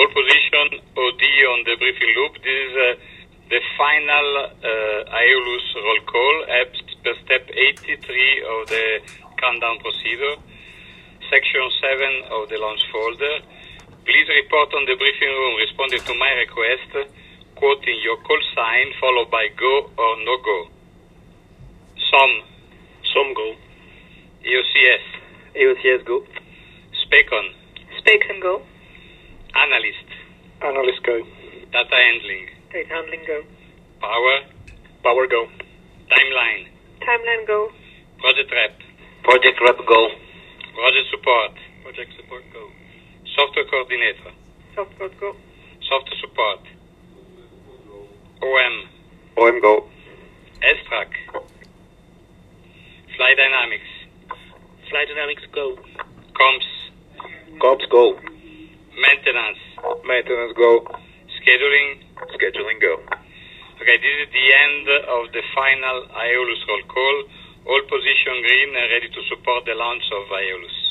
second OD on the briefing loop. This is uh, the final uh, Aeolus roll call at step 83 of the countdown procedure, section 7 of the launch folder. Please report on the briefing room responding to my request, quoting your call sign followed by go or no go. SOM, E Some go. EOCS, AOCS go. SPECON, Specs and go. Analyst, Analyst go. Data Handling, Data handling go. Power, Power go. Timeline, Timeline go. Project Rep, Project rep go. Project Support, Project support go. Software Coordinator, Software go. Software Support, OM, OM go. S-Track, Fly Dynamics, Fly dynamics go. Comps, Cops go. Maintenance, Maintenance go. Scheduling. Scheduling go. Okay, this is the end of the final Aeolus roll call. All position green and ready to support the launch of Aeolus.